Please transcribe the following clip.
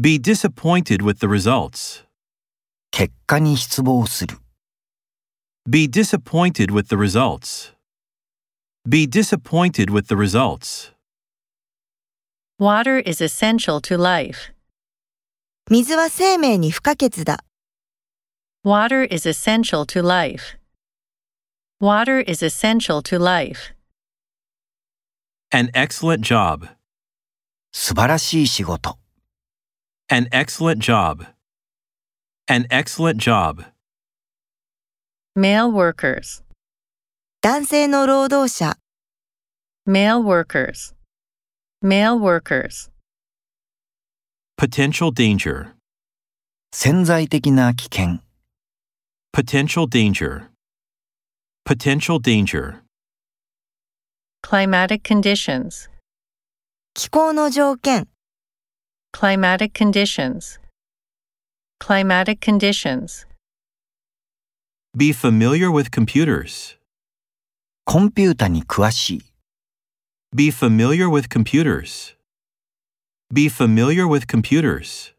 Be disappointed with the results. 結果に失望する。 Be disappointed with the results. Be disappointed with the results. Water is essential to life. 水は生命に不可欠だ。 Water is essential to life. Water is essential to life. An excellent job. 素晴らしい仕事。 An excellent job. An excellent job. Male workers. 男性の労働者、 Male workers. Male workers. Potential danger. 潜在的な危険。 Potential danger. Potential danger. Climatic conditions. 気候の条件、 Climatic conditions. Climatic conditions. Be familiar with computers. コンピュータに詳しい。 Be familiar with computers. Be familiar with computers.